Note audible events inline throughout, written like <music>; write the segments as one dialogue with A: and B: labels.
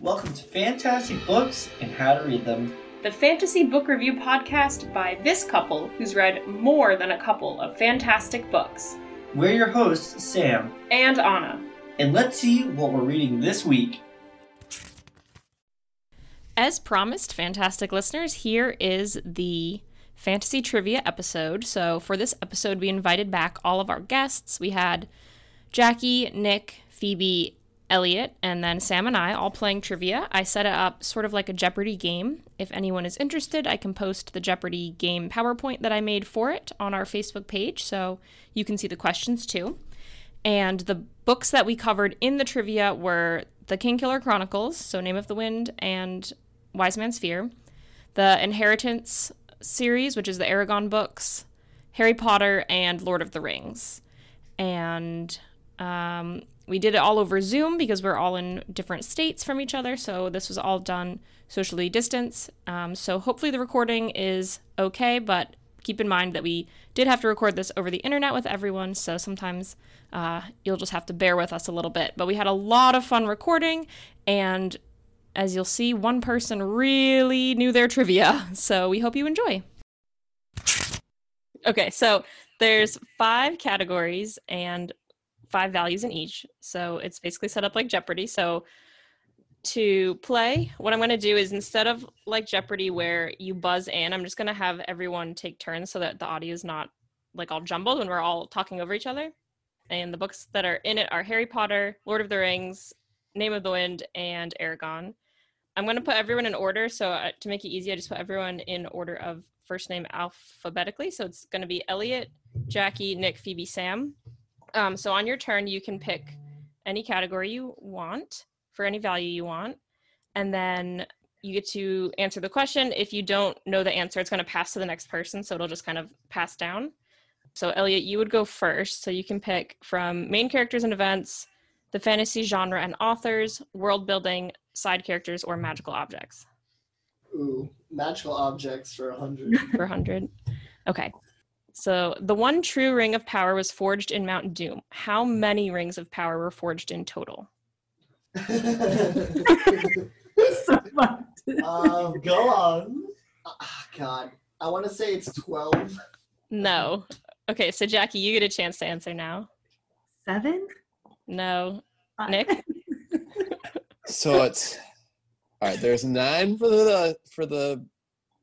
A: Welcome to Fantastic Books and How to Read Them.
B: the fantasy book review podcast by this couple who's read more than a couple of fantastic books,
A: We're your hosts, Sam,
B: and Anna.
A: and let's see what we're reading this week.
B: As promised, fantastic listeners, here is the fantasy trivia episode. So, for this episode, we invited back all of our guests. We had Jackie, Nick, Phoebe, Elliot, and then Sam and I all playing trivia. I set it up sort of like a Jeopardy game. If anyone is interested, I can post the Jeopardy game PowerPoint that I made for it on our Facebook page so you can see the questions too. And the books that we covered in the trivia were The Kingkiller Chronicles, so Name of the Wind and Wise Man's Fear, the Inheritance series, which is the Aragon books, Harry Potter, and Lord of the Rings. And um, we did it all over Zoom because we're all in different states from each other. So this was all done socially distanced. Um, so hopefully the recording is okay, but keep in mind that we did have to record this over the internet with everyone. So sometimes uh, you'll just have to bear with us a little bit. But we had a lot of fun recording and as you'll see, one person really knew their trivia. <laughs> So we hope you enjoy. Okay, so there's five categories and five values in each. So it's basically set up like Jeopardy. So to play, what I'm going to do is instead of like Jeopardy where you buzz in, I'm just going to have everyone take turns so that the audio is not like all jumbled when we're all talking over each other. And the books that are in it are Harry Potter, Lord of the Rings, Name of the Wind, and Aragon. I'm going to put everyone in order. So uh, to make it easy, I just put everyone in order of first name alphabetically. So it's going to be Elliot, Jackie, Nick, Phoebe, Sam. Um, so on your turn, you can pick any category you want for any value you want. And then you get to answer the question. If you don't know the answer, it's going to pass to the next person. So it'll just kind of pass down. So, Elliot, you would go first. So you can pick from main characters and events, the fantasy genre and authors, world building, side characters, or magical objects
C: Ooh, magical objects for a
B: <laughs>
C: hundred. <laughs>
B: for 100. Okay. So the one true ring of power was forged in Mount Doom. How many rings of power were forged in total?
D: <laughs>
C: um, go on. Ah, God, I want to say it's twelve.
B: No. Okay, so Jackie, you get a chance to answer now.
D: Seven?
B: No. Nick?
E: So it's all right. There's nine for the for the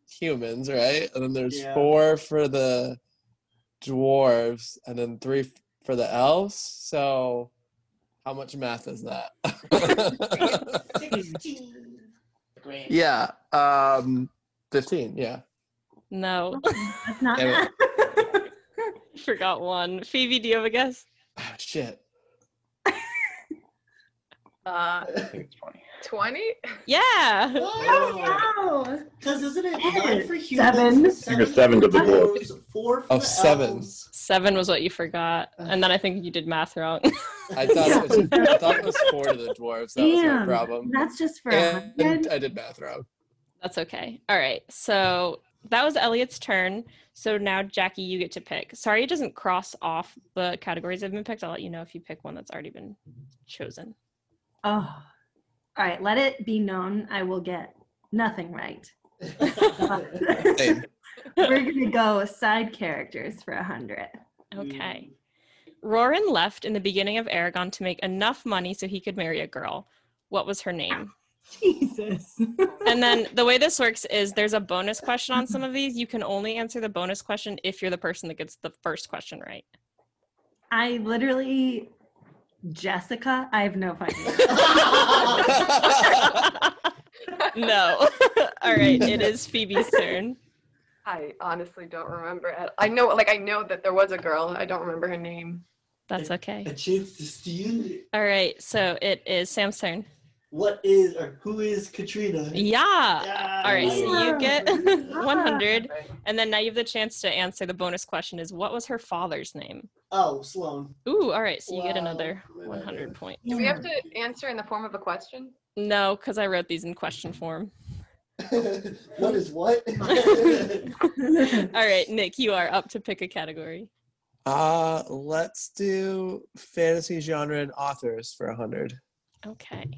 E: humans, right? And then there's
A: Yeah.
E: four for the dwarves, and then three f- for the elves. So how much math is that?
C: Sixteen. Great.
E: <laughs> yeah, um, fifteen. Yeah.
B: No.
D: <laughs> That's not. <laughs>
E: Damn
B: Forgot one. Phoebe, do you have a guess?
E: Ah, shit.
F: Uh,
E: I think it's twenty.
F: 20?
B: Yeah.
C: Because
D: Oh,
C: isn't it
D: Yes.
C: nine for
D: Seven.
C: humans?
G: I think it's seven to the
C: dwarves, Four for
E: Oh,
C: the
E: seven.
C: elves.
B: Seven was what you forgot. And then I think you did math wrong. <laughs>
E: I thought it was. I thought it was four to the dwarves. That was no
D: Damn.
E: problem.
D: that's just for a
E: And uh,
D: hundred.
E: I did math wrong.
B: That's okay. All right. So that was Elliot's turn. So now, Jackie, you get to pick. Sorry, it doesn't cross off the categories that have been picked. I'll let you know if you pick one that's already been chosen.
D: Oh, all right. Let it be known I will get nothing right. But
E: <laughs> Same.
D: <laughs> We're gonna go with side characters for a hundred.
B: Okay. Roran left in the beginning of Aragon to make enough money so he could marry a girl. What was her name?
D: Jesus.
B: And <laughs> then the way this works is there's a bonus question on some of these. You can only answer the bonus question if you're the person that gets the first question <laughs> right.
D: <laughs> I literally, Jessica. I have
B: <laughs>
D: no fucking.
B: no. <laughs> All right. It is Phoebe's turn.
F: I honestly don't remember at I know like I know that there was a girl. I don't remember her name.
B: That's
C: A
B: okay.
C: chance to steal.
B: All right. So it is Sam's turn.
C: What is or who is Katrina?
B: Yeah.
C: Yeah. Ah.
B: All right. So you get <laughs> 100.
F: Right.
B: And then now you have the chance to answer the bonus question is what was her father's name?
C: <laughs> Oh, Sloan.
B: Ooh. All right. So you get
C: Wow.
B: another
C: Wait,
B: 100
C: wait.
B: point.
F: Do we have to answer in the form of a <laughs> question?
B: No, because I wrote these in question form.
C: <laughs> what is
F: <laughs>
C: what?
D: <laughs>
B: All right. Nick, you are up to pick a category.
E: Uh, let's do fantasy genre and authors for a hundred.
B: Okay.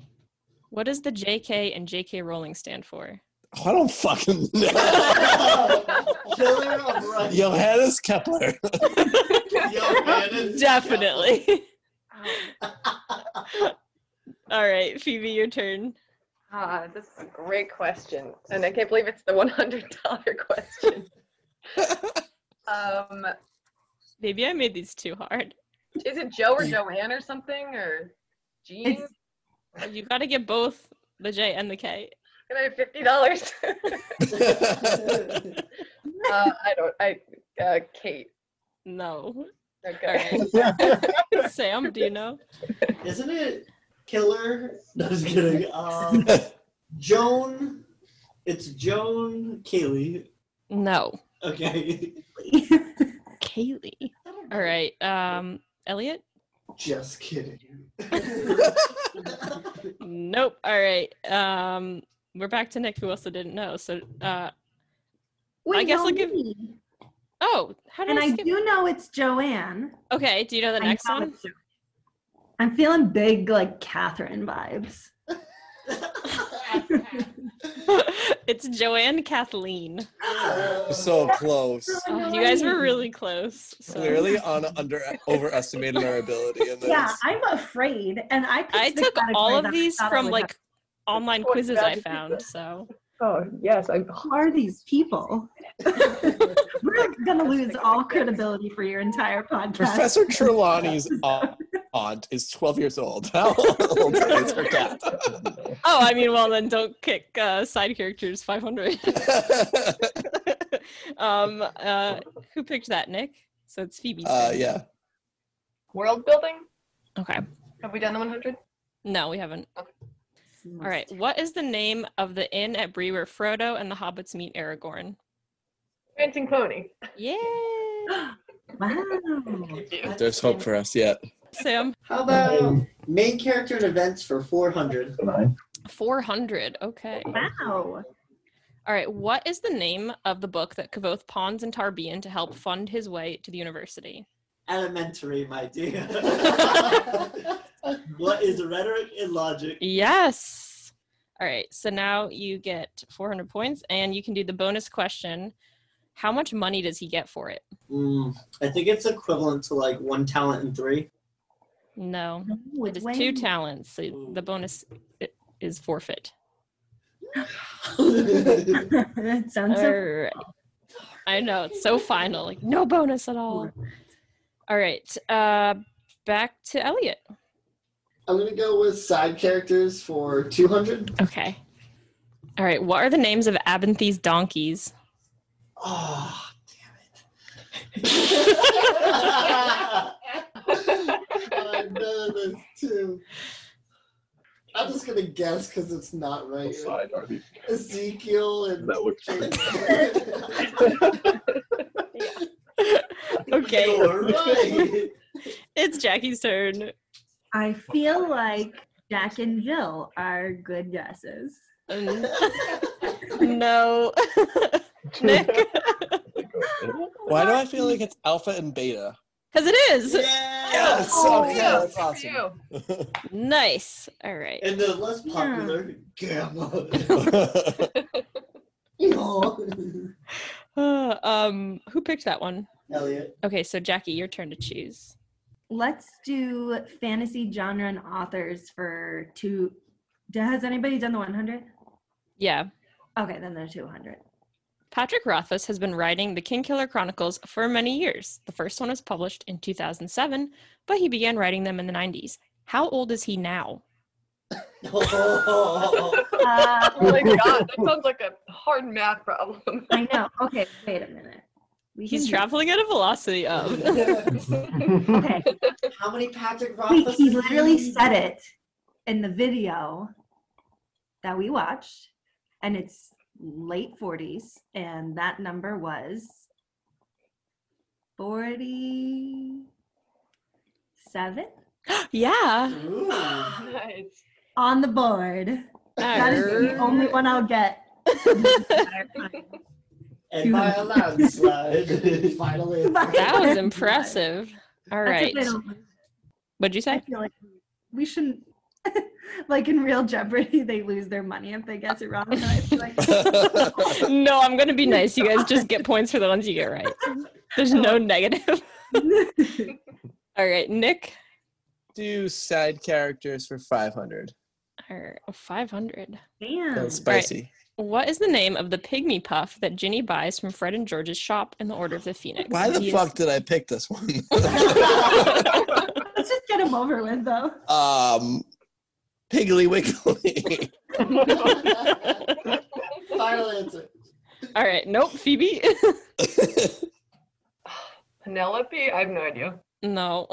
B: What does the JK and JK Rowling stand for?
E: I don't fucking know.
F: Oh,
C: Killer of Run.
E: Johannes <laughs> Kepler.
C: Johannes
B: Definitely. <laughs>
F: Oh,
B: All right, Phoebe, your turn.
F: ah, this is a great question, and I can't believe it's the one hundred dollar <laughs> question. um,
B: Maybe I made these too hard.
F: is it Joe or Joanne or something or Jean?
D: It's-
B: You got to get both the J and the K.
F: Can I have fifty <laughs> dollars?
C: Kepler.
F: uh, I don't. I uh, Kate.
B: No. <laughs>
F: Okay.
B: Sam, do you know?
C: Isn't it Killer? No, I'm
A: <laughs>
C: just kidding. Um, Joan. It's Joan Kaylee.
B: No.
C: Okay. <laughs>
B: Kaylee. All right. Um, Elliot?
C: Just kidding. <laughs>
B: Nope. All right. Um, we're back to Nick, who also didn't know. So, uh,
D: Wait,
B: guess
D: no,
B: I'll give-
D: me.
B: oh, how did
D: And
B: I,
D: I
B: skip?
D: do know it's Joanne.
B: Okay, do you know the
D: I
B: next
D: know
B: one?
D: it's Jo- I'm feeling big, like Catherine <gasps> vibes.
B: <laughs> it's Joanne Kathleen.
E: so close.
B: Oh, you guys were really close. So.
E: Clearly, Anna under overestimated our ability in this.
D: Yeah, I'm afraid, and I. Could
B: I
D: pick
B: took
D: categories
B: all of
D: that I
B: these
D: thought I
B: from
D: would
B: like online
F: Oh,
B: quizzes I
F: God.
B: found. So,
F: <laughs> oh yes, I.
D: have. Who are these people? we're gonna lose all credibility for your entire podcast.
E: Professor Trelawney's au- aunt is 12 years old. How old is her <laughs> cat?
B: oh, I mean, well, then don't kick uh, side characters 500. <laughs> um, uh, who picked that, Nick? So it's Phoebe.
E: uh, yeah.
F: <laughs> World building.
B: Okay.
F: Have we done the one hundred?
B: No, we haven't.
F: Okay.
B: All right. What is the name of the inn at Bree where Frodo and the hobbits meet Aragorn?
F: Prancing pony.
B: Yeah.
D: Wow.
E: There's hope for us yet.
B: <laughs> Sam,
A: How about
C: Um, main character and events for <laughs> 400.
B: 400. Okay.
D: Wow.
B: All right. What is the name of the book that Kavoth pawns in Tarbian to help fund his way to the university?
C: Elementary, my dear. <laughs> what is rhetoric and logic?
B: Yes. All right. So now you get 400 points and you can do the bonus question. How much money does he get for it?
C: Mm, I think it's equivalent to like one talent and <laughs> three.
B: No.
D: No,
B: It
D: it's
B: is
D: way
B: two
D: more. <laughs>
B: talents. So the bonus i- is forfeit.
D: it sounds
B: All
D: so.
B: right. I know. It's so final. Like, no bonus at all. All right. Uh, back to Elliot.
C: I'm gonna go with side characters for 200.
B: Okay. All right. What are the names of Abenthy's donkeys?
C: Oh, damn it. <laughs> I know this too. I'm just gonna guess because it's not right.
G: side are these?
C: Ezekiel and.
G: That would
C: <laughs>
B: Okay.
C: You're right.
B: It's Jackie's turn.
D: I feel like Jack and Jill are good guesses.
B: <laughs> Um, <laughs> no. Nick.
E: Why do I feel like it's alpha and beta? <laughs>
B: Because it is.
C: Yes.
E: Oh,
F: Ew,
E: yeah, that's awesome.
F: ew.
B: Nice. All right.
C: And the less
D: Yeah.
C: popular gamma.
E: I
C: No.
B: Uh, um, who picked that one?
C: <laughs> Elliot.
B: Okay, so Jackie, your turn to choose.
D: Let's do fantasy genre and authors for two. Has anybody done the 100?
B: Yeah.
D: Okay, then they're 200.
B: Patrick Rothfuss has been writing the Kingkiller Chronicles for many years. The first one was published in 2007, but he began writing them in the 90s. How old is he now?
C: Oh.
D: Uh,
F: <laughs> Oh my god, that sounds like a hard math problem. <laughs>
D: I know. Okay, wait a minute. We
B: He's
D: can-
B: traveling at a velocity
D: <laughs>
B: of.
D: Okay,
C: How many Patrick
D: wait,
C: Rothfusses?
D: he literally said it in the video that we watched, and it's late 40s, and that number was 47
B: yeah.
C: Ooh.
F: Nice.
D: on the board. That is the only one I'll get.
C: And by a <laughs> landslide. Finally.
B: That was impressive. All
D: That's
B: right.
D: if I don't-
B: What'd you
D: <laughs> I
B: say?
D: feel like we shouldn't <laughs> like in real Jeopardy, they lose their money if they guess it wrong. So I feel like
B: no, I'm gonna be nice. You guys just get points for the ones you get right. There's
D: <laughs>
B: no negative. <laughs> All right, Nick.
E: Do side characters for 500.
B: Or 500.
D: Damn.
E: That's spicy.
B: What is the name of the pygmy puff that Ginny buys from Fred and George's shop in the Order of the Phoenix?
E: Why the
B: He is-
E: fuck did I pick this one?
D: Let's just get them over with, though.
E: um, Piggly Wiggly. <laughs>
C: Final answer.
B: All right, nope, Phoebe.
F: Penelope? I have no <laughs> idea.
B: <laughs> no.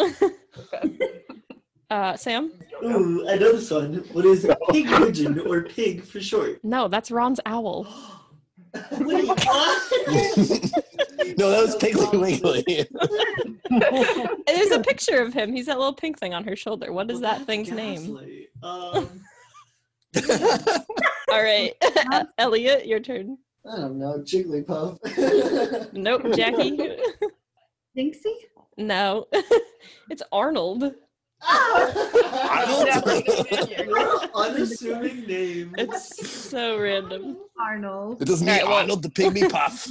B: uh, Sam?
C: Ooh, I know this one. What is it?
B: <laughs>
C: pig pigeon or pig for short?
B: No, that's Ron's owl.
C: Wait, what?
E: no, that was Piggly Wiggly.
B: <laughs> There's a picture of him. He's that little pink thing on her shoulder. What is that thing's name?
C: Gaslight. Um,
B: All right, <laughs> Elliot, your turn.
C: <laughs> I don't know, <laughs> Jigglypuff.
B: Nope, Jackie.
D: Dinksy?
B: no, <laughs> it's Arnold.
C: What an unassuming name.
B: It's so random.
D: Arnold.
E: it doesn't mean
B: Alright, well-
E: Arnold the
B: <laughs>
E: Pygmy Puff.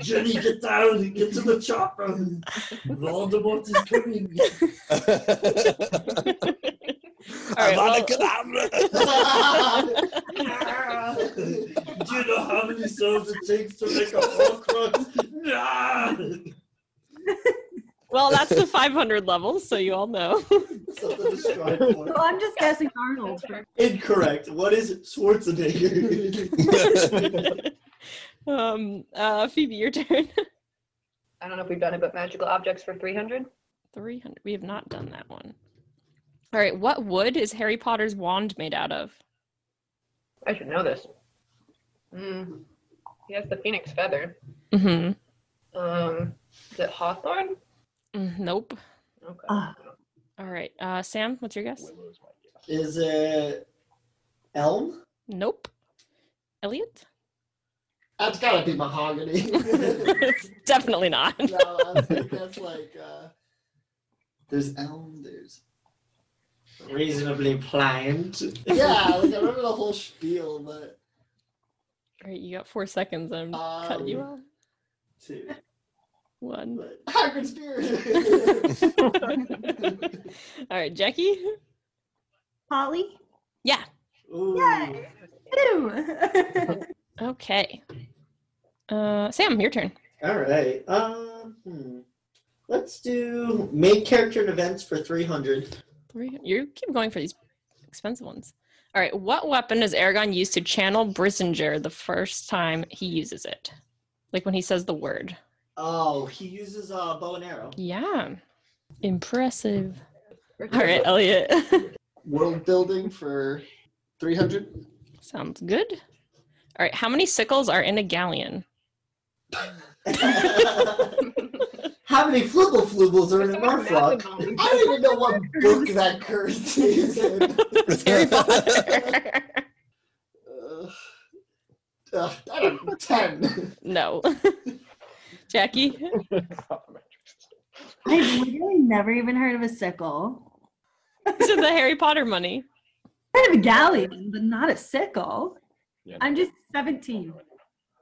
E: <laughs>
C: Jenny, get down and get to the chop room. Voldemort is
B: <laughs>
C: coming.
B: right, well-
C: Do you know how many souls it takes to make a Horcrux? Nah!
B: Well, that's the 500 level, so you all know. <laughs>
C: Something to strive for.
D: So I'm just guessing Arnold. for-
C: Incorrect. What is Schwarzenegger? <laughs>
B: um, uh, Phoebe, your turn.
F: I don't know if we've done it, but magical objects for 300?
B: 300. We have not done that one. All right, what wood is Harry Potter's wand made out of?
F: I should know this. Mm. He has the phoenix feather.
B: Mm-hmm.
F: Um, is it hawthorn?
B: Mm, Nope.
F: Okay.
D: Ah.
B: All right, uh, Sam, what's your guess?
C: is it Elm?
B: Nope. Elliot? <laughs>
C: That's gotta be mahogany. <laughs> no,
B: It's Definitely not.
C: I was like, that's like uh, there's elm, there's reasonably pliant. Yeah, like I remember the whole spiel, but
B: All right, you got four seconds. I'm cutting you
C: Um,
B: off.
C: <laughs> two, <laughs>
B: One. <laughs>
C: but Hagrid's beard.
B: All right, Jackie?
D: Polly?
B: Yeah.
C: Ooh,
D: Yay. Ew. <laughs>
B: Okay. Uh, Sam, your turn.
C: all right. Um, hmm. let's do main character and events for three hundred.
B: Three. You keep going for these expensive ones. All right. What weapon does Aragon use to channel Brissinger the first time he uses it? Like when he says the word.
C: Oh, he uses a uh, bow and arrow.
B: Yeah. Impressive. All right, Elliot.
C: <laughs>
B: <laughs>
C: World building for three <laughs> hundred.
B: Sounds good. All right. How many sickles are in a galleon?
C: How many flibble flibbles are in a
F: Someone
C: Norflock?
F: math involved.
C: I don't even know what
D: <laughs>
C: book that currency is in.
E: <laughs>
C: Ugh. Ugh, I don't know, ten.
B: no. <laughs> Jackie.
D: I've literally never even heard of a sickle.
B: This is the Harry Potter money.
D: Heard of a galleon, but not a sickle.
G: Yeah.
D: I'm just 17.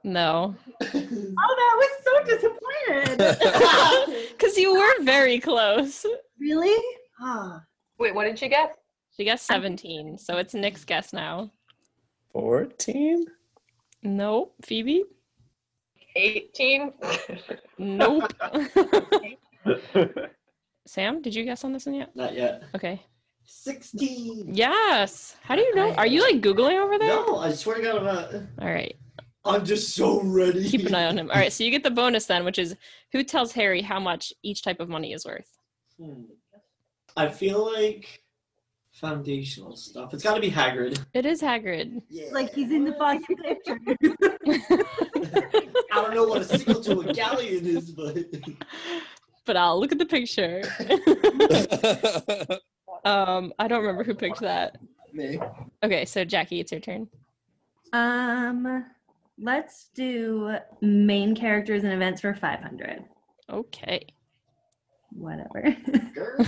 B: No. <laughs>
D: Oh, that was so disappointed.
B: <laughs> Because you were very close.
D: really? Ah.
F: Wait, what did she get?
B: She guessed 17, so it's Nick's guess now.
E: 14?
B: Nope. Phoebe?
F: <laughs> 18?
B: Nope. <laughs> Sam, did you guess on this one yet?
C: Not yet.
B: Okay.
C: Sixteen.
B: Yes. How do you know? Are you like Googling over there?
C: No, I swear to God, I'm not.
B: All right.
C: I'm just so ready.
B: Keep an eye on him. All right. So you get the bonus then, which is who tells Harry how much each type of money is worth?
C: Hmm. I feel like foundational stuff. It's got to be Hagrid.
B: <laughs> It is Hagrid.
C: Yeah.
D: Like he's in the fucking picture.
B: <laughs>
C: I don't know what a sequel to a galleon is, but
B: But I'll look at the picture. um, I don't remember who picked that.
C: me.
B: Okay, so Jackie, it's your turn.
D: Um, let's do main characters and events for 500.
B: Okay. <laughs>
D: Whatever.
C: Girl.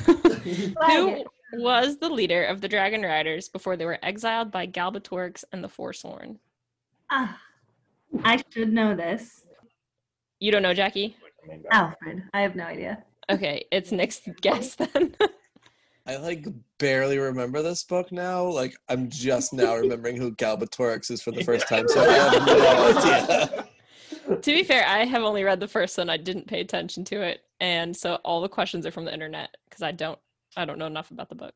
B: Who was the leader of the Dragon Riders before they were exiled by Galbatorix and the Forsworn.
D: Ah, I should know this.
B: You don't know, Jackie?
D: Alfred, I have no idea.
B: Okay, it's Nick's guess then.
E: I like barely remember this book now. Like I'm just now remembering who Galbatorix is for
B: <laughs>
E: the first time, so I have no idea.
B: to be fair, I have only read the first one. I didn't pay attention to it, and so all the questions are from the internet because I don't I don't know enough about the book.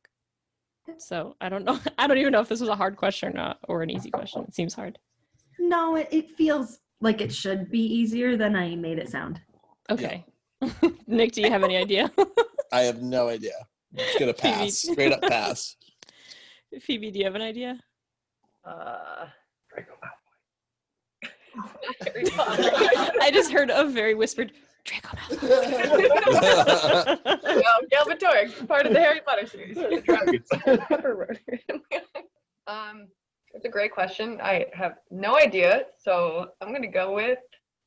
B: So I don't know. <laughs> I don't even know if this was a hard question or not, or an easy question. It seems hard.
D: No, it, it feels like it should be easier than I made it sound.
B: Okay. <laughs> Nick, do you have any idea? <laughs>
E: I have no idea. It's gonna pass. Straight
B: <laughs>
E: up pass.
B: Phoebe, do you have an idea?
F: Uh,
B: I just heard a very whispered Draco
F: no,
B: Malfoy.
F: Galbatorix, part of the Harry Potter series. um, it's a great question. I have no idea, so I'm gonna go with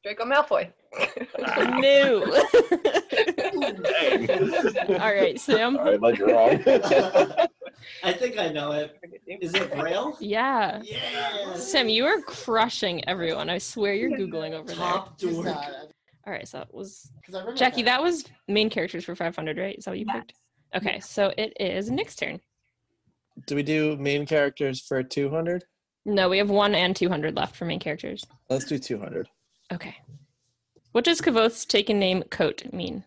F: Draco Malfoy.
B: no. <laughs>
F: <laughs>
B: All right, Sam.
G: All right, led you wrong.
A: I think I know it. Is it Braille?
B: Yeah.
A: Yeah.
B: Sam, you are crushing everyone. I swear you're Googling over there. All
A: Top dork.
B: right, so that was
C: Because
B: Jackie, that was main characters for 500, right? Is that what you
D: Yeah.
B: picked? Okay, so it is Nick's turn.
E: Do we do main characters for 200?
B: No, we have one and 200 left for main characters.
E: Let's do 200.
B: Okay. What does Kavoth's taken name Coat
E: <laughs>
B: mean?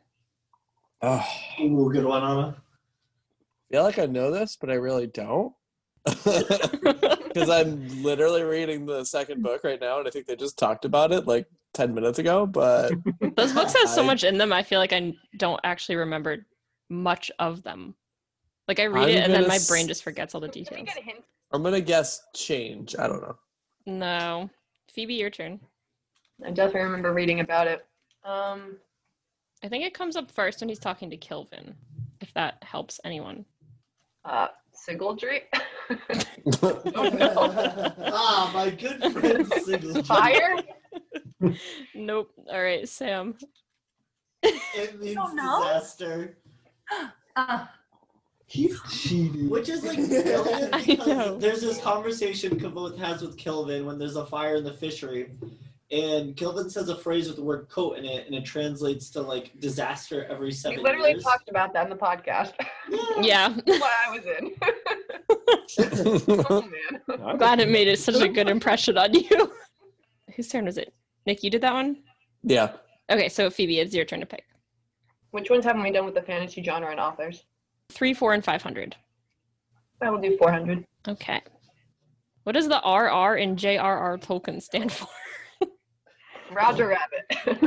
E: Oh,
C: Ooh, good one, Anna.
E: I feel like I know this, but I really don't. <laughs> Because I'm literally reading the second book right now, and I think they just talked about it like 10 minutes ago, but
B: Those books have so
E: I-
B: much in them, I feel like I don't actually remember much of them. Like I read
E: I'm
B: it and then
E: gonna
B: my brain
E: s-
B: just forgets all the details.
E: I'm going to guess change. I don't know.
B: No. Phoebe, your turn.
F: I definitely remember reading about it. Um,
B: I think it comes up first when he's talking to Kilvin, if that helps anyone.
F: uh, Sigildry? <laughs>
C: <laughs> ah, my good friend
B: <laughs>
C: Sigil.
F: Fire?
B: Nope. All right,
E: <laughs>
B: Sam.
C: It means
D: don't know.
C: disaster.
B: Ah.
D: Uh,
G: He's cheating.
A: Which
B: <laughs>
A: is like
B: I
A: brilliant
B: know.
A: because there's this conversation Kavoth has with Kelvin when there's a fire in the fishery. And Kelvin says a phrase with the word coat in it, and it translates to like disaster every
F: We
A: seven
F: literally
A: years.
F: talked about that in the podcast.
B: Yeah.
F: Why I was in. <laughs> oh, man.
G: I'm
B: Glad it made it such a good impression on you. <laughs> Whose turn was it? Nick, you did that one?
E: <laughs> yeah.
B: Okay, so Phoebe, it's your turn to pick.
F: Which ones haven't we done with the fantasy genre and authors?
B: Three, four, and 500.
F: I will do 400.
B: Okay. What does the RR in JRR Tolkien stand for? <laughs>
F: Roger
B: <laughs>
F: Rabbit.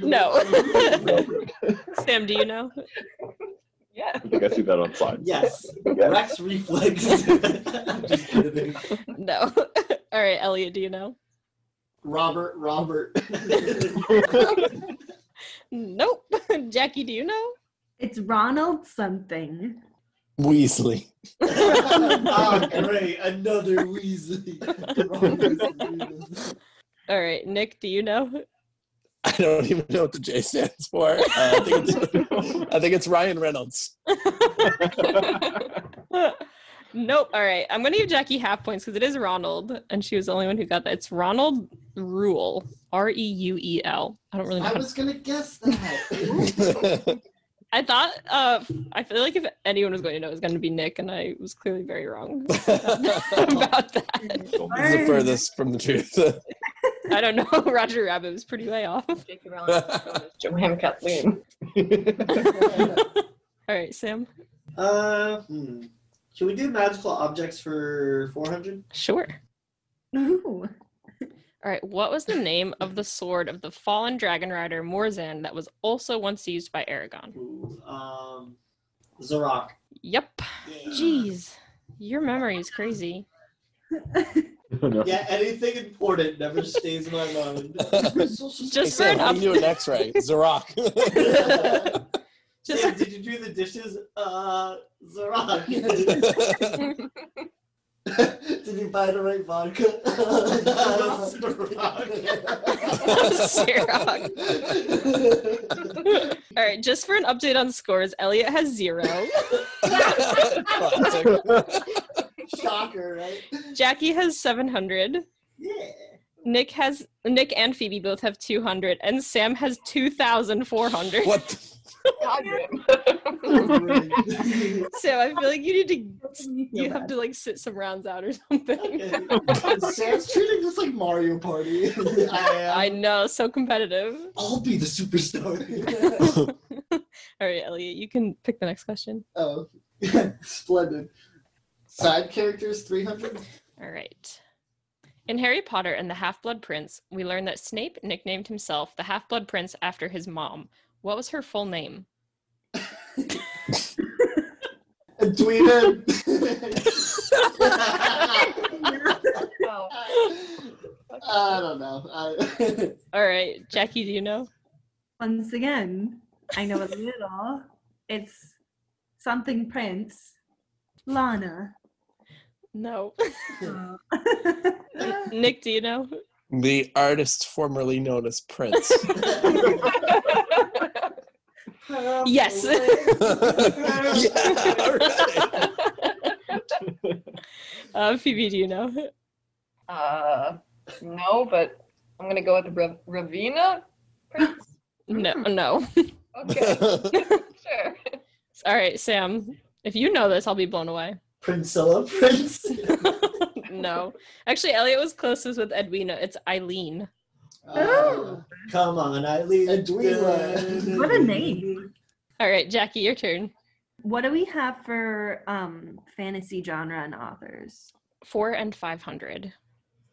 B: no.
G: well rude.
B: Sam, do you know?
F: yeah.
G: I think I see that on slide.
A: Yes.
G: Yeah.
A: Rex reflex. <laughs> I'm just kidding.
B: No. <laughs> All right, Elliot, do you know?
A: Robert, Robert. <laughs>
B: Nope. <laughs> Jackie, do you know?
D: <laughs> it's Ronald something.
E: Weasley.
A: oh, great. Another Weasley.
B: All right, Nick, do you know?
E: I don't even know what the J stands for. Uh, I, think it's, I think it's Ryan Reynolds. <laughs>
B: <laughs> nope. All right, I'm gonna give Jackie half points because it is Ronald, and she was the only one who got that. It's Ronald Rule, R E U E L. I don't really know.
C: I
B: how to-
C: was gonna guess that.
B: I thought. Uh, I feel like if anyone was going to know, it was going to be Nick, and I was clearly very wrong <laughs> about that.
E: This is the furthest from the truth.
B: I don't know. <laughs> Roger Rabbit was pretty way off.
F: J.K. Rowling. Joanne Kathleen.
B: All right, Sam.
A: uh, hmm. Should we do magical objects for 400?
B: Sure.
D: Ooh.
B: All right. What was the name of the sword of the fallen dragon rider Morzan that was also once used by Aragon?
A: Ooh, Um, Zorok.
B: Yep. Jeez, your memory is crazy.
A: Yeah, anything important never stays in my
G: <laughs>
A: mind.
B: Just for
E: Sam,
B: an
E: how
B: up,
E: do you do an X-ray? Zorok.
B: just
D: <laughs>
A: Sam, did you do the
B: <laughs>
A: dishes? Uh, Zorok. did you
C: buy the right vodka.
A: <laughs>
B: Ciroc. All right, just for an update on scores, Elliot has zero.
E: Classic.
C: Shocker, right?
B: Jackie has 700.
C: <laughs> Yeah.
B: Nick has Nick and Phoebe both have 200, and Sam has 2,400.
E: What? the-
F: God damn.
B: Sam, I feel like you need to
D: feel
B: you have
D: bad.
B: to like sit some rounds out or something.
C: Sam's treating this like Mario Party. <laughs> I am.
B: I know, so competitive.
C: I'll be the superstar. <laughs>
B: All right, Elliot, you can pick the next question.
C: oh, splendid. Side characters 300?
B: All right. In Harry Potter and the Half Blood Prince, we learn that Snape nicknamed himself the Half Blood Prince after his mom. What was her full name?
C: Tweet him.
F: Oh,
C: <laughs> I don't know. I,
B: All right, Jackie, do you know?
D: Once again, I know a little. It's something Prince. Lana.
B: No.
D: Oh.
B: Nick, do you know?
E: the artist formerly known as Prince.
B: Yes.
E: <laughs> yeah, all right.
B: <laughs> Uh, Phoebe, do you know?
F: Uh, no, but I'm gonna go with Ra- Ravina. Prince?
B: No, no.
E: <laughs>
F: Okay, sure.
B: All right, Sam. If you know this, I'll be blown <laughs> away.
C: Princella Prince.
B: No. Actually, Elliot was closest with Edwina. It's Eileen.
C: Uh,
A: Come on, Eileen.
C: Edwina.
D: What a name.
B: All right, Jackie, your turn.
D: What do we have for um, fantasy genre and authors?
B: Four and 500.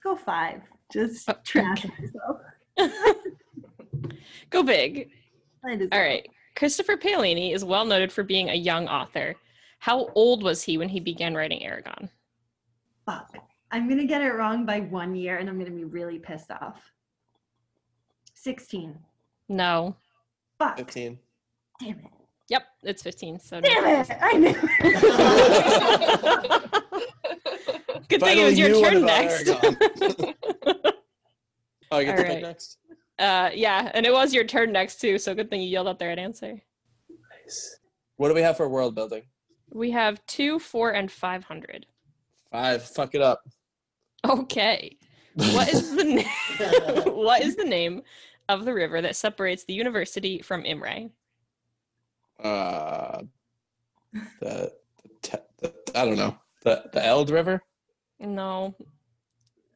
D: Go five. Just
B: Oh,
D: trash
B: okay.
D: myself.
B: <laughs> Go big.
D: I deserve
B: All
D: it.
B: right. Christopher Paolini is well noted for being a young author. How old was he when he began writing Aragon?
D: Fuck. I'm gonna get it wrong by one year, and I'm gonna be really pissed off. Sixteen.
B: No.
D: Fuck.
E: 15.
D: Damn it.
B: Yep, it's 15. So no.
D: Damn it. I knew.
B: <laughs> good thing it was your turn next.
E: <laughs> oh, I get
B: All
E: to pick
B: right.
E: next?
B: Uh, yeah, and it was your turn next too. So good thing you yelled out the right answer.
E: What do we have for world building?
B: We have two, four, and 500.
E: Five. Fuck it up.
B: Okay. What is the name? what is the <laughs> name of the river that separates the university from Imre?
E: Uh, the, the, te- the I don't know. The the Eld River.
B: No.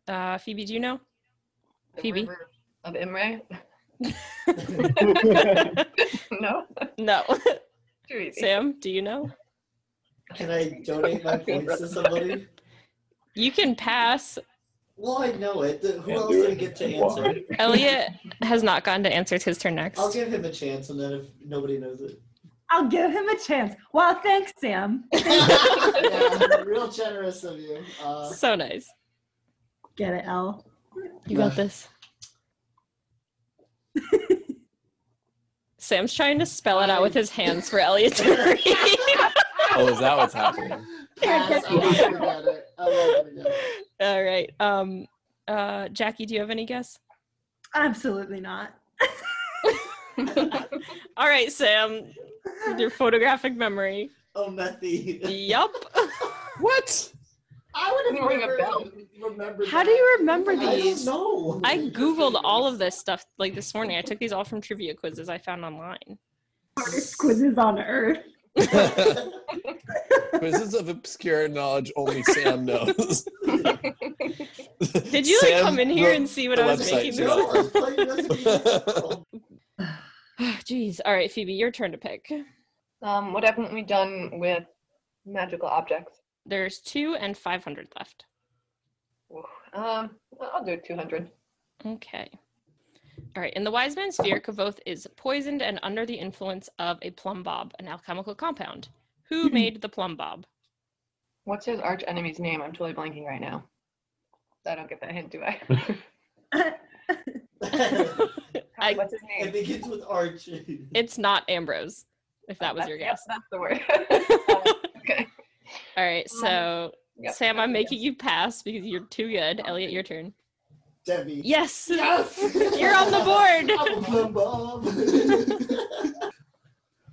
B: Uh, Phoebe, do you know?
F: The
B: Phoebe?
F: River Of Imre? <laughs> no,
B: No. <laughs>
F: too easy.
B: Sam, do you know?
A: Can I donate my points to somebody?
B: You can pass.
A: Well, I know it. Who
G: Can't
A: else
G: do
A: did I
G: it.
A: get to
G: Why?
A: answer?
B: Elliot has not gotten to answer. It's his turn next.
A: I'll give him a chance, and then if nobody knows it,
D: I'll give him a chance. Well, thanks, Sam.
C: <laughs> yeah, real generous of you. Uh,
B: So nice.
D: Get it, L.
B: You got this. Sam's trying to spell it out with his hands for Elliot to read.
E: Oh, is that what's happening?
C: pass. I won't forget it. I won't forget it.
B: All right. Um, uh, Jackie, do you have any guess?
D: Absolutely not.
B: All right, Sam, with your photographic memory.
A: oh, Methy.
B: Yup.
E: What?
C: I would have
F: Ring a
C: remembered,
F: bell.
C: remembered
B: How do you
C: that.
B: remember
C: I
B: these?
C: don't know.
B: I googled all of this stuff like this morning. I took these all from trivia quizzes I found online.
D: Hardest quizzes on <laughs> earth.
E: <laughs> Quizzes of obscure knowledge only Sam knows.
F: <laughs>
B: Did you like come in here and see what
E: the
B: I was
E: website
B: making?
E: says.
B: This?
C: No, I was playing Resident Evil.
B: <sighs> Jeez. All right, Phoebe, your turn to pick.
F: Um, what haven't we done with magical objects?
B: There's two and five hundred left.
F: Ooh, Um, I'll do 200.
B: Okay. All right. In the wise man's fear, Kavoth is poisoned and under the influence of a plum bob, an alchemical compound. Who made the plum bob?
F: What's his arch enemy's name? I'm totally blanking right now. I don't get that hint, do I?
B: I-
F: What's his
A: It
F: name?
A: begins with Archie.
B: It's not Ambrose,
F: <laughs>
B: if that was your <laughs>
F: Yep,
B: guess.
F: Um, that's the word.
B: All right. So
F: Yeah.
B: Sam, I'm making you pass because you're too good. Elliot, your turn.
C: Debbie.
B: <laughs> Yes.
C: Yes!
B: You're on the board.
C: I'm a plum bob.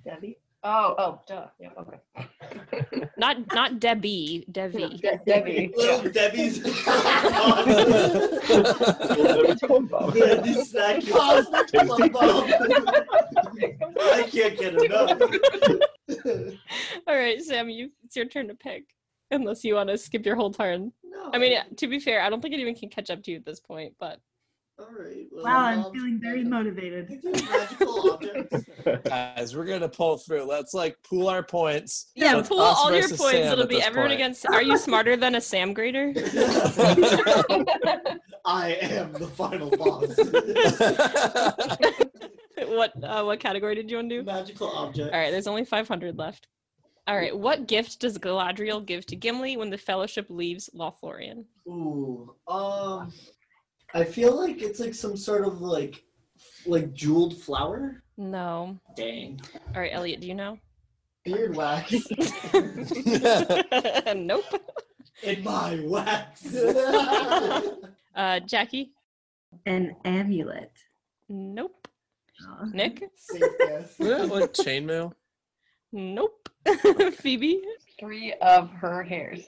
D: Debbie.
F: Oh, oh, duh. Yeah, okay.
B: Not not Debbie, Debbie.
F: De-
B: <laughs>
F: Debbie. Yeah.
A: Little <laughs> Debbie's. Debbie
B: <laughs>
G: It's
A: snack.
C: Oh, it's my plum bob.
A: I can't get enough.
B: All right, Sam, you it's your turn to pick. Unless you want to skip your whole turn.
C: No.
B: I mean,
E: Oh.
B: to be fair, I don't think anyone can catch up to you at this point, but
C: All right. well,
D: Wow, I'm
C: um,
D: feeling very
C: you
D: motivated.
C: do
A: <laughs>
C: magical objects.
E: Guys, we're gonna pull through. Let's like pool our points.
B: yeah,
E: That's
B: pull
E: us
B: all your
E: versus
B: points.
E: Sam
B: It'll
E: at
B: be
E: this
B: everyone
E: point. <laughs>
B: against Are you smarter than a Sam grader?
C: I am the final boss.
B: <laughs> what uh, what category did you want to do?
A: Magical object.
B: All right, there's only 500 left. All right, what gift does Galadriel give to Gimli when the Fellowship leaves Lothlorien?
C: Ooh. Um. I feel like it's like some sort of like, like jeweled flower.
B: No.
A: Dang.
B: All right, Elliot, do you
E: <laughs>
B: know? <laughs>
C: Beard <laughs> wax
B: nope.
A: In my
C: <laughs>
A: wax.
B: Uh, Jackie?
D: An amulet.
B: Nope.
D: Oh.
B: Nick?
C: Safe guess.
E: Isn't that like chainmail?
B: Nope. <laughs> Phoebe?
F: <laughs> Three of her hairs.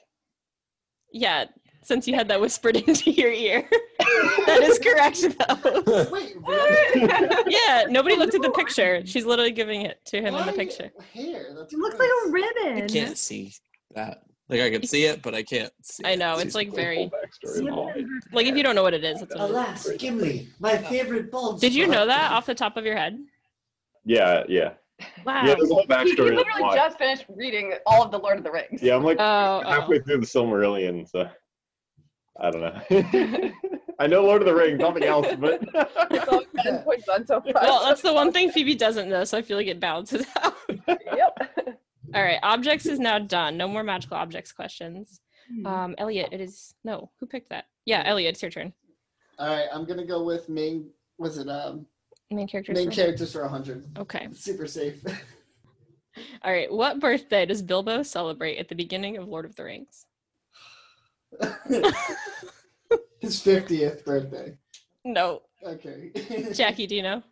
B: Yeah, since you had that whispered <laughs> into your ear. that is correct, though. <laughs>
C: Wait, really?
F: What?
B: Yeah, nobody looked at the picture. She's literally giving it to him in the
C: Why
B: picture.
C: Hair. That's
D: It looks like a
C: gross.
E: I
D: ribbon.
E: can't see that. Like I can see it, but I can't see.
B: I know,
E: it.
B: it's like very.
D: Ribbon
B: small.
D: in her
B: Like, if you don't know what it is, it's. What it
C: Alas, Gimli, my favorite bulb.
B: is. Did you know that off the top of your head?
G: Yeah, yeah.
B: Wow.
G: Yeah, there's a whole
F: He, he
G: backstory.
F: literally
G: of why.
F: just finished reading all of the Lord of the Rings.
G: Yeah, I'm like
B: Oh,
G: halfway through the Silmarillion, so I don't know. <laughs> I know Lord of the Rings, nothing else, but
F: <laughs>
G: <laughs>
B: <laughs>
F: It's all been points on so far.
B: Well, that's the one thing Phoebe doesn't know, so I feel like it balances <laughs> out.
F: <laughs> Yep.
B: All right, objects is now done. No more magical objects questions.
C: Hmm.
B: Um, Elliot, it is no. Who picked that? Yeah, Elliot, it's your turn.
C: All right, I'm gonna go with main. Was it um
B: Main characters.
C: main
B: first.
C: characters for 100?
B: Okay.
C: Super safe. <laughs>
B: All right. What birthday does Bilbo celebrate at the beginning of Lord of the Rings?
C: His 50th birthday.
B: No.
C: Okay.
B: Jackie, do you know?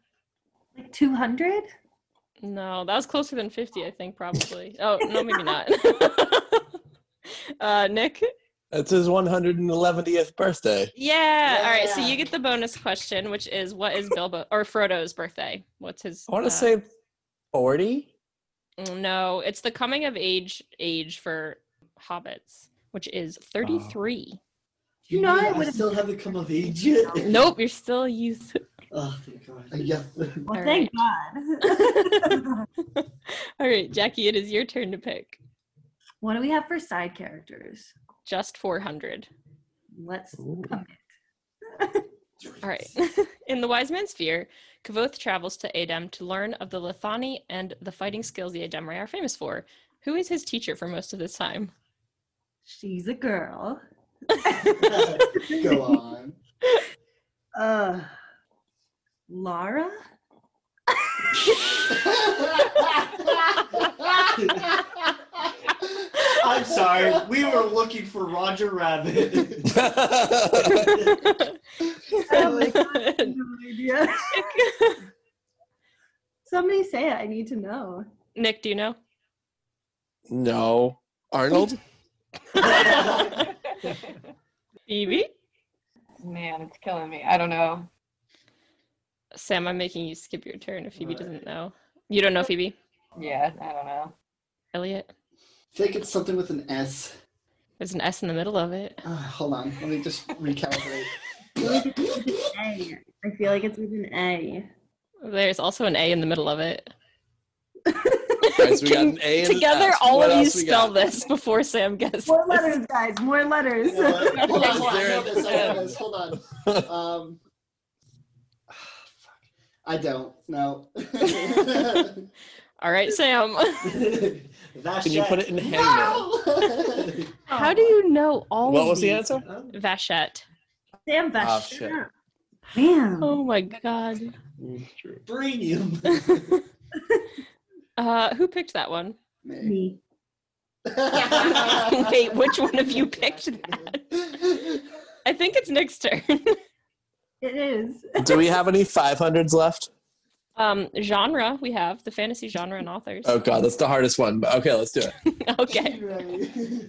D: Like 200?
B: No, that was closer than 50, I think, probably. Oh, no, maybe not. <laughs> uh, Nick?
E: It's his 111th birthday.
B: Yeah. All right. So
C: Yeah.
B: you get the bonus question, which is what is Bilbo or Frodo's birthday? What's his?
E: I want
B: uh,
E: to say 40.
B: No, it's the coming of age age for hobbits, which is 33.
D: You know, I
C: I
D: would've-
C: still haven't come of age yet.
B: Nope, you're still a youth.
C: <laughs>
B: <laughs>
C: Oh, thank God. <laughs> Yeah.
D: Well,
B: All
D: thank God.
B: All right, Jackie, it is your turn to pick.
D: <laughs> what do we have for side characters?
B: Just 400.
D: Let's
E: Ooh.
D: commit.
B: All right. <laughs> In the Wise Man's Fear, Kavoth travels to Adem to learn of the Lithani and the fighting skills the Ademri are famous for. Who is his teacher for most of this time?
D: She's a girl.
C: <laughs> go on.
D: Uh, Laura?
A: I'm sorry. We were looking for Roger
C: <laughs>
A: Rabbit.
E: I
D: Oh my God, I have no idea. <laughs> Somebody say it. I need to know.
B: <laughs> Nick, do you know?
E: <laughs> no. Arnold?
B: Phoebe?
F: <laughs> Man, it's killing me. I don't know.
B: Sam, I'm making you skip your turn if Phoebe
C: Alright.
B: doesn't know. You don't know Phoebe?
F: Yeah, I don't know.
B: Elliot?
C: Think it's something with an S.
B: There's an S in the middle of it.
C: Uh, hold on. Let me
B: <laughs>
C: just recalibrate.
D: I feel like it's with an A. I feel like it's with an A.
B: There's also an A in the middle of it.
E: Guys, we got
B: <laughs> Can-
E: an A and an
B: Together,
E: S.
B: all
E: What
B: of you
E: else we
B: spell
E: got?
B: this before Sam guesses.
D: More letters, guys. More letters.
C: hold on. Hold on. I know
E: Is there an
C: this. I
E: M?
C: know this. Hold on. Um, <sighs> fuck. I don't <laughs>
B: <laughs>
C: know.
B: All right, Sam.
A: That's
E: Can you put it in hangnail?
B: How do you know all
E: What
B: of
E: was the
B: these?
E: answer?
B: Vachette.
D: Sam
E: Oh,
D: Vesh.
E: shit.
D: Man.
B: Oh my god.
G: It's true.
B: <laughs>
A: Premium.
B: uh, who picked that one? <laughs>
C: Me.
D: Me.
B: Wait, which one of you picked that? I think it's Nick's turn. <laughs>
D: It is.
E: Do we have any 500s left?
B: Um, genre we have the fantasy genre and authors.
E: Oh god, that's the hardest one. But okay, let's do
B: <laughs>
E: it.
B: okay.
C: Right.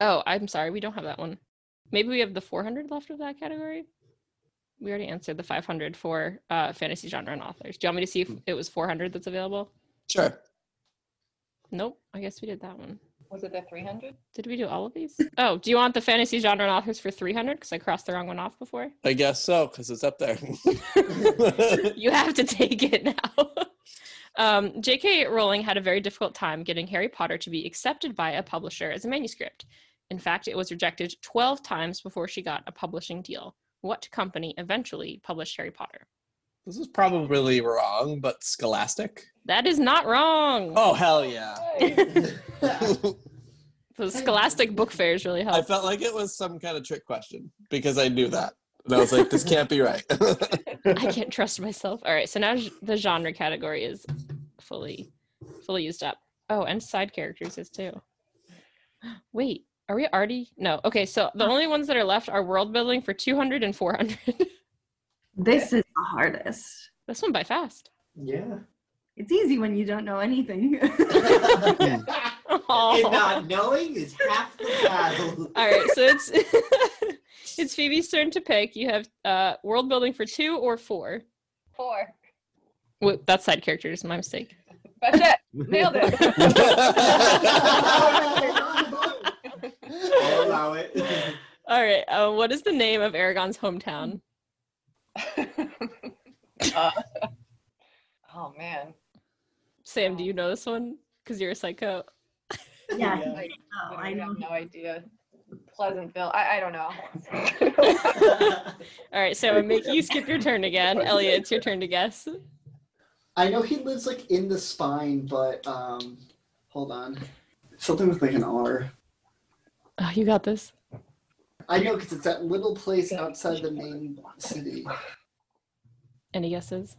B: Oh, I'm sorry, we don't have that one. Maybe we have the 400 left of that category. We already answered the 500 for uh, fantasy genre and authors. Do you want me to
E: Hmm.
B: see if it was 400 that's available?
E: Sure.
B: Nope. I guess we did that one.
F: Was it the 300?
B: Did we do all of these? Oh, do you want the fantasy genre and authors for 300? Because I crossed the wrong one off before.
E: I guess so, because it's up <laughs> there.
B: you have to <laughs> take it now. <laughs> um, J.K. Rowling had a very difficult time getting Harry Potter to be accepted by a publisher as a manuscript. In fact, it was rejected 12 times before she got a publishing deal. What company eventually published Harry Potter?
E: this is probably wrong, but Scholastic.
B: That is not wrong.
E: Oh hell yeah.
B: The Scholastic Book Fairs really
E: I
B: helped.
E: felt like it was some kind of trick question because I knew that. And I was like, this can't be <laughs> right.
B: I can't trust myself. All right, so now g- the genre category is fully, fully used up. Oh, and side characters is too. <gasps> Wait, are we already? No. Okay, so the only ones that are left are world building for 200 and 400.
D: This is the hardest.
B: <laughs> this one by fast.
A: Yeah.
D: It's easy when you don't know anything. <laughs>
A: And
B: Aw.
A: not knowing is half the battle.
B: <laughs> All right, so it's <laughs> it's Phoebe's turn to pick. You have uh, world building for two or four.
F: <laughs> Four.
B: Wait, that's side characters. My mistake.
F: That's it. Nailed it.
A: I'll allow it.
B: All right. Uh, what is the name of Aragon's hometown?
F: <laughs> Uh, oh man.
B: Sam, do you know this one? Because you're a psycho.
A: Yeah.
D: yeah, he- oh,
F: Literally
D: I know.
F: have no idea. Pleasantville. I, I don't
D: <laughs>
F: know.
A: Uh,
B: All right, Sam, I make you skip your turn again. Elliot, it's your turn to guess.
C: I know he lives like in the spine, but um, hold on, something with like an R.
B: Oh, you got this.
C: I know because it's that little place outside the main city.
B: Any guesses?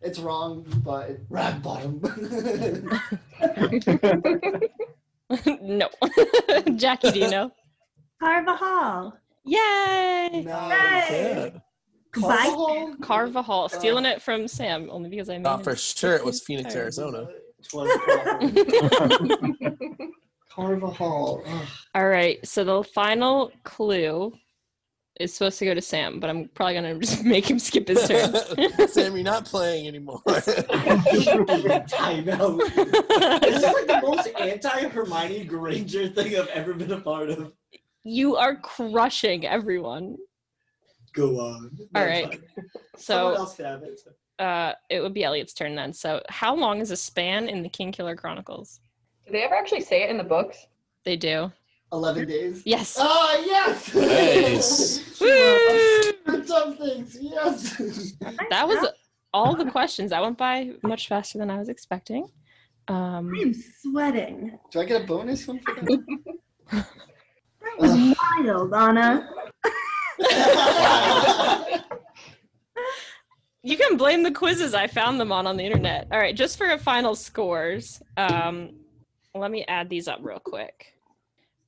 C: It's wrong, but it- rock
B: <laughs>
C: bottom. <laughs>
B: no. <laughs> Jackie, do you know?
D: Carvajal.
B: Yay!
E: yeah.
D: Bye.
B: Carvajal, stealing it from Sam, only because I made
E: Thought
B: it.
E: for sure it was Phoenix, Arizona.
A: Twas
C: Carvajal. Ugh.
B: All right, so the final clue is supposed to go to Sam, but I'm probably gonna <laughs> just make him skip his
E: <laughs>
B: turn.
E: Sam, you're not playing anymore.
A: Timeout. This is like the most anti Hermione Granger thing I've ever been a part of.
B: you are crushing everyone.
A: Go on.
B: All right.
A: Someone
B: So
A: else can have it.
B: uh, it would be Elliot's turn then. So how long is a span in the King Killer Chronicles?
F: Do they ever actually say it in
D: <laughs>
F: the books?
B: They do.
C: Eleven days.
B: Yes.
C: Oh yes!
E: Nice.
B: Woo!
C: <laughs> For some things, yes.
B: That was all the questions. That went by much faster than I was expecting. Um,
D: I'm sweating.
C: Do I get a bonus one for that? <laughs>
D: That was wild, Anna.
B: You can blame the quizzes. I found them on on the internet. All right, just for a final scores. Um, let me add these up real quick.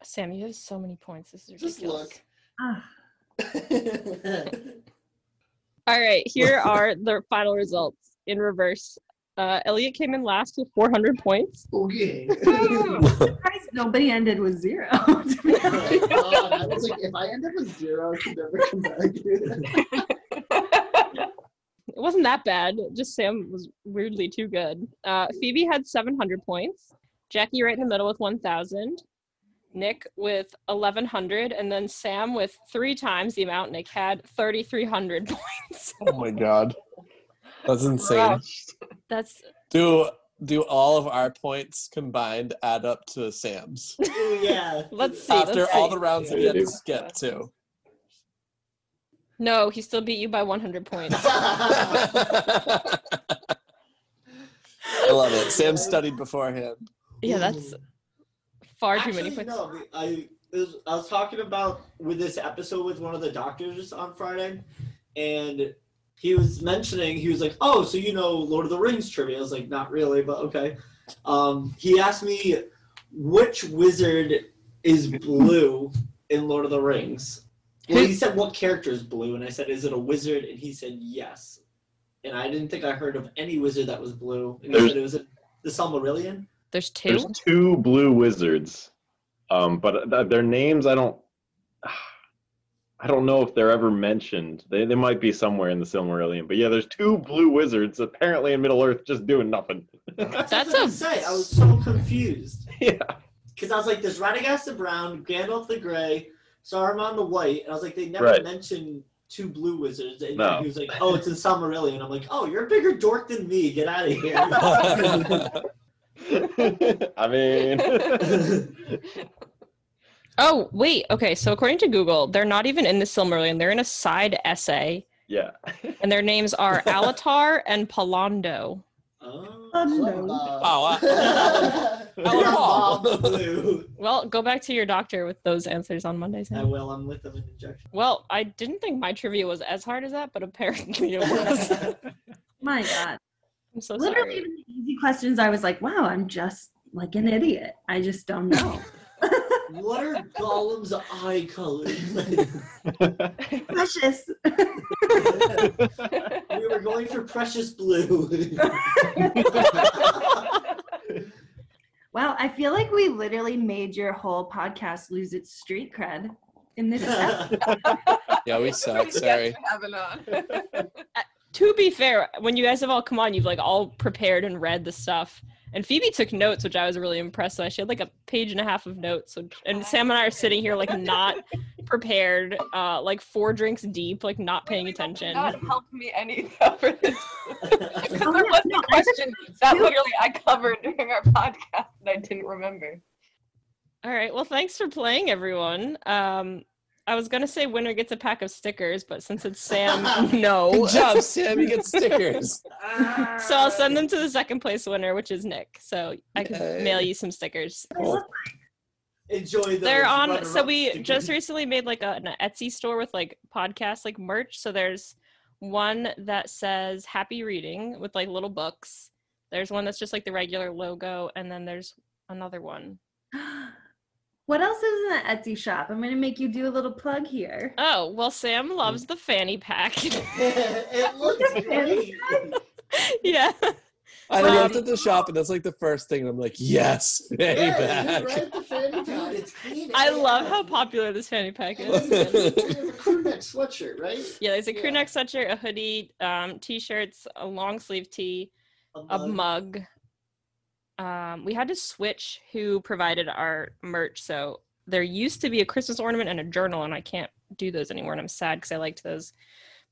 B: Sam, you have so many points. This is ridiculous.
C: Just look.
D: Ugh.
B: <laughs>
C: <laughs>
B: All right, here are the final results in reverse. Uh, Elliot came in last with 400 points.
C: okay. <laughs> Oh
D: Surprised nobody ended with zero. <laughs> to be honest.
C: God, I was like, if I end up with zero, I should never come back.
B: It wasn't that bad. Just Sam was weirdly too good. Uh, Phoebe had 700 points. Jackie right in the middle with 1,000. Nick with 1,100, and then Sam with three times the amount Nick had, 3,300 points.
E: oh my god. That's insane.
F: Crushed.
B: That's
E: Do do all of our points combined add up to
B: <laughs>
E: Sam's?
A: Ooh, yeah.
B: let's see.
E: After
B: let's
E: all
B: see.
E: the rounds that we had to
B: <laughs>
E: skip too.
B: no, he still beat you by 100
A: <laughs>
B: points. <laughs>
E: I love it. Sam studied beforehand.
B: <laughs> yeah, that's far too many points.
A: No, we- I it was, I was talking about with this episode with one of the doctors on Friday, and he was mentioning he was like, "Oh, so you know Lord of the Rings trivia?" I was like, "Not really, but okay." Um, he asked me which wizard is blue in Lord of the Rings? Well, he said what character is blue, and I said, "Is it a wizard?" And he said, "Yes." And I didn't think I heard of any wizard that was blue. And he
G: There's-
A: said it was a, the Silmarillion.
B: There's two.
G: There's two blue wizards, um, but th- their names I don't. <sighs> I don't know if they're ever mentioned. They they might be somewhere in the Silmarillion, but yeah, there's two blue wizards apparently in Middle Earth just doing nothing. <laughs>
A: That's,
B: That's
A: what I
B: a-
A: was gonna say. I was so confused.
G: Yeah.
A: Because I was like, there's Radagast the brown, Gandalf the gray, Saruman the white, and I was like, they never
G: Right.
A: mentioned two blue wizards. And
G: No.
A: he was like, oh, it's in Silmarillion. I'm like, oh, you're a bigger dork than me. Get out of
G: <laughs>
E: Oh,
G: I mean, <laughs>
A: here.
B: Oh, wait. Okay, so according to Google, they're not even in the Silmarillion. They're in a side essay,
G: yeah.
B: and their names <laughs> are Alatar and Palando.
A: oh,
C: <laughs>
D: Oh,
C: Bob.
E: Oh, I-
A: you're
E: Alan Ball.
A: Bob blue.
B: Well, go back to your doctor with those answers on Monday.
A: I
B: Sam.
A: will. I'm with them in injection.
B: Well, I didn't think my trivia was as hard as that, but
E: <laughs>
B: apparently it was.
D: my God.
B: I'm so
D: Literally,
B: sorry.
D: even the easy questions, I was like, wow, I'm just like an idiot. I just don't know.
A: What are Gollum's eye colors?
D: <laughs>
G: <laughs>
D: Precious.
A: we were going for precious blue. <laughs>
D: Wow, I feel like we literally made your whole podcast lose its street cred in this episode.
E: yeah, we suck. Sorry.
F: Having on.
B: To be fair, when you guys have all come on, you've like all prepared and read the stuff. And Phoebe took notes, which I was really impressed with. She had like a page and a half of notes. which- And Sam and I are sitting here like not prepared, uh, like four drinks deep, like
F: Oh
B: not paying attention.
F: That helped me any though for
D: <laughs>
F: this. <laughs> Because
D: Oh,
F: there
D: yeah,
F: was
D: no,
F: a
D: I just-
F: question that
D: too.
F: literally I covered during our <laughs> podcast and I didn't remember.
B: All right. Well, thanks for playing, everyone. Um, I was gonna say winner gets a pack of stickers, but since it's Sam, no.
E: Good job, Sam. You get stickers.
B: So I'll send them to the second place winner, which is Nick. So I can
E: Yay.
B: mail you some stickers.
E: Cool.
A: Enjoy those.
B: They're on.
A: runner-up
B: So we
A: stickers.
B: just recently made like a, an Etsy store with like podcast like merch. So there's one that says "Happy Reading" with like little books. There's one that's just like the regular logo, and then there's another one.
D: <gasps> What else is in the Etsy shop? I'm going to make you do a little plug here.
B: Oh well, Sam loves the fanny pack. <laughs>
A: it looks great.
B: yeah.
E: I
B: Um,
E: looked at the shop and that's like the first thing. And I'm like, yes, fanny
C: Yeah,
E: pack.
C: you read the fanny pack.
A: It's clean.
B: I love how popular this fanny pack
C: And it's
B: is.
C: <laughs> a crew neck sweatshirt, right?
B: Yeah, there's a crew
C: Yeah.
B: neck sweatshirt, a hoodie, um, t-shirts, a long sleeve tee, a mug. Um, we had to switch who provided our merch, so there used to be a Christmas ornament and a journal, and I can't do those anymore, and I'm sad because I liked those.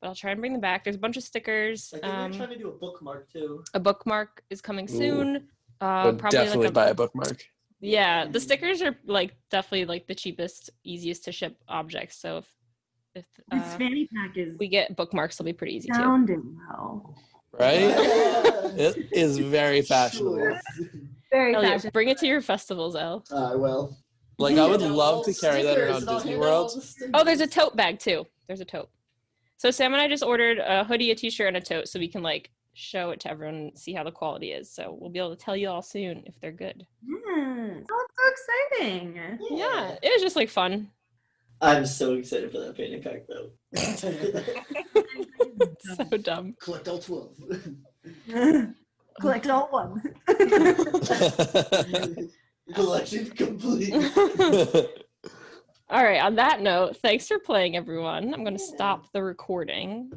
B: But I'll try and bring them back. There's a bunch of stickers.
A: I think they're
B: Um,
A: trying to do a bookmark too.
B: a bookmark is coming
E: Ooh.
B: soon. Uh,
E: Would
B: probably
E: definitely
B: like a
E: buy a bookmark.
B: Yeah, the
A: Mm.
B: stickers are like definitely like the cheapest, easiest to ship objects. So if if
D: This
B: uh,
D: fanny pack is
B: we get bookmarks, it'll be pretty easy too.
D: sounding low.
E: Right?
C: <laughs> Yeah.
E: It is very fashionable.
D: Very
B: Elliot, bring it to your festivals, El.
C: I will.
E: Like I would
A: Yeah,
E: love to carry that
C: Stickers,
E: around
C: and I'll
E: Disney
C: hand out
E: World.
C: all the stickers.
B: Oh, there's a tote bag too. There's a tote. So Sam and I just ordered a hoodie, a t-shirt, and a tote, so we can like show it to everyone, and see how the quality is. So we'll be able to tell you all soon if they're good.
D: Yes. Oh, it's so exciting.
B: Yeah, it was just like fun.
A: I'm so excited for that fanny pack though.
H: <laughs>
B: <laughs> so dumb.
C: Collect all twelve.
B: <laughs>
D: Collect all one.
A: Collection complete.
B: <laughs> All right. On that note, thanks for playing, everyone. I'm going to stop the recording.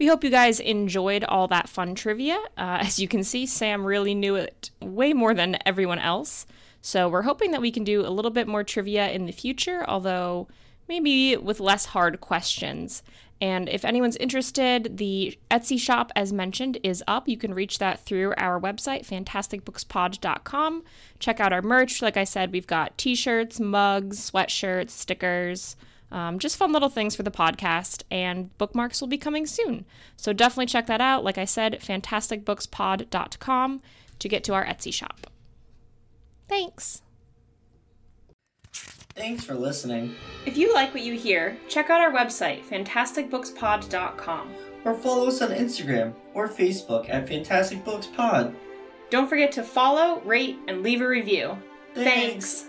B: We hope you guys enjoyed all that fun trivia. Uh, as you can see, Sam really knew it way more than everyone else. So we're hoping that we can do a little bit more trivia in the future, although maybe with less hard questions. And if anyone's interested, the Etsy shop, as mentioned, is up. You can reach that through our website, fantasticbookspod.com. Check out our merch. Like I said, we've got t shirts, mugs, sweatshirts, stickers, um, just fun little things for the podcast. And bookmarks will be coming soon. So definitely check that out. Like I said, fantasticbookspod.com to get to our Etsy shop. Thanks.
H: Thanks for listening.
B: If you like what you hear, check out our website, fantasticbookspod.com.
H: Or follow us on Instagram or Facebook at Fantastic Books Pod.
B: Don't forget to follow, rate, and leave a review. Thanks.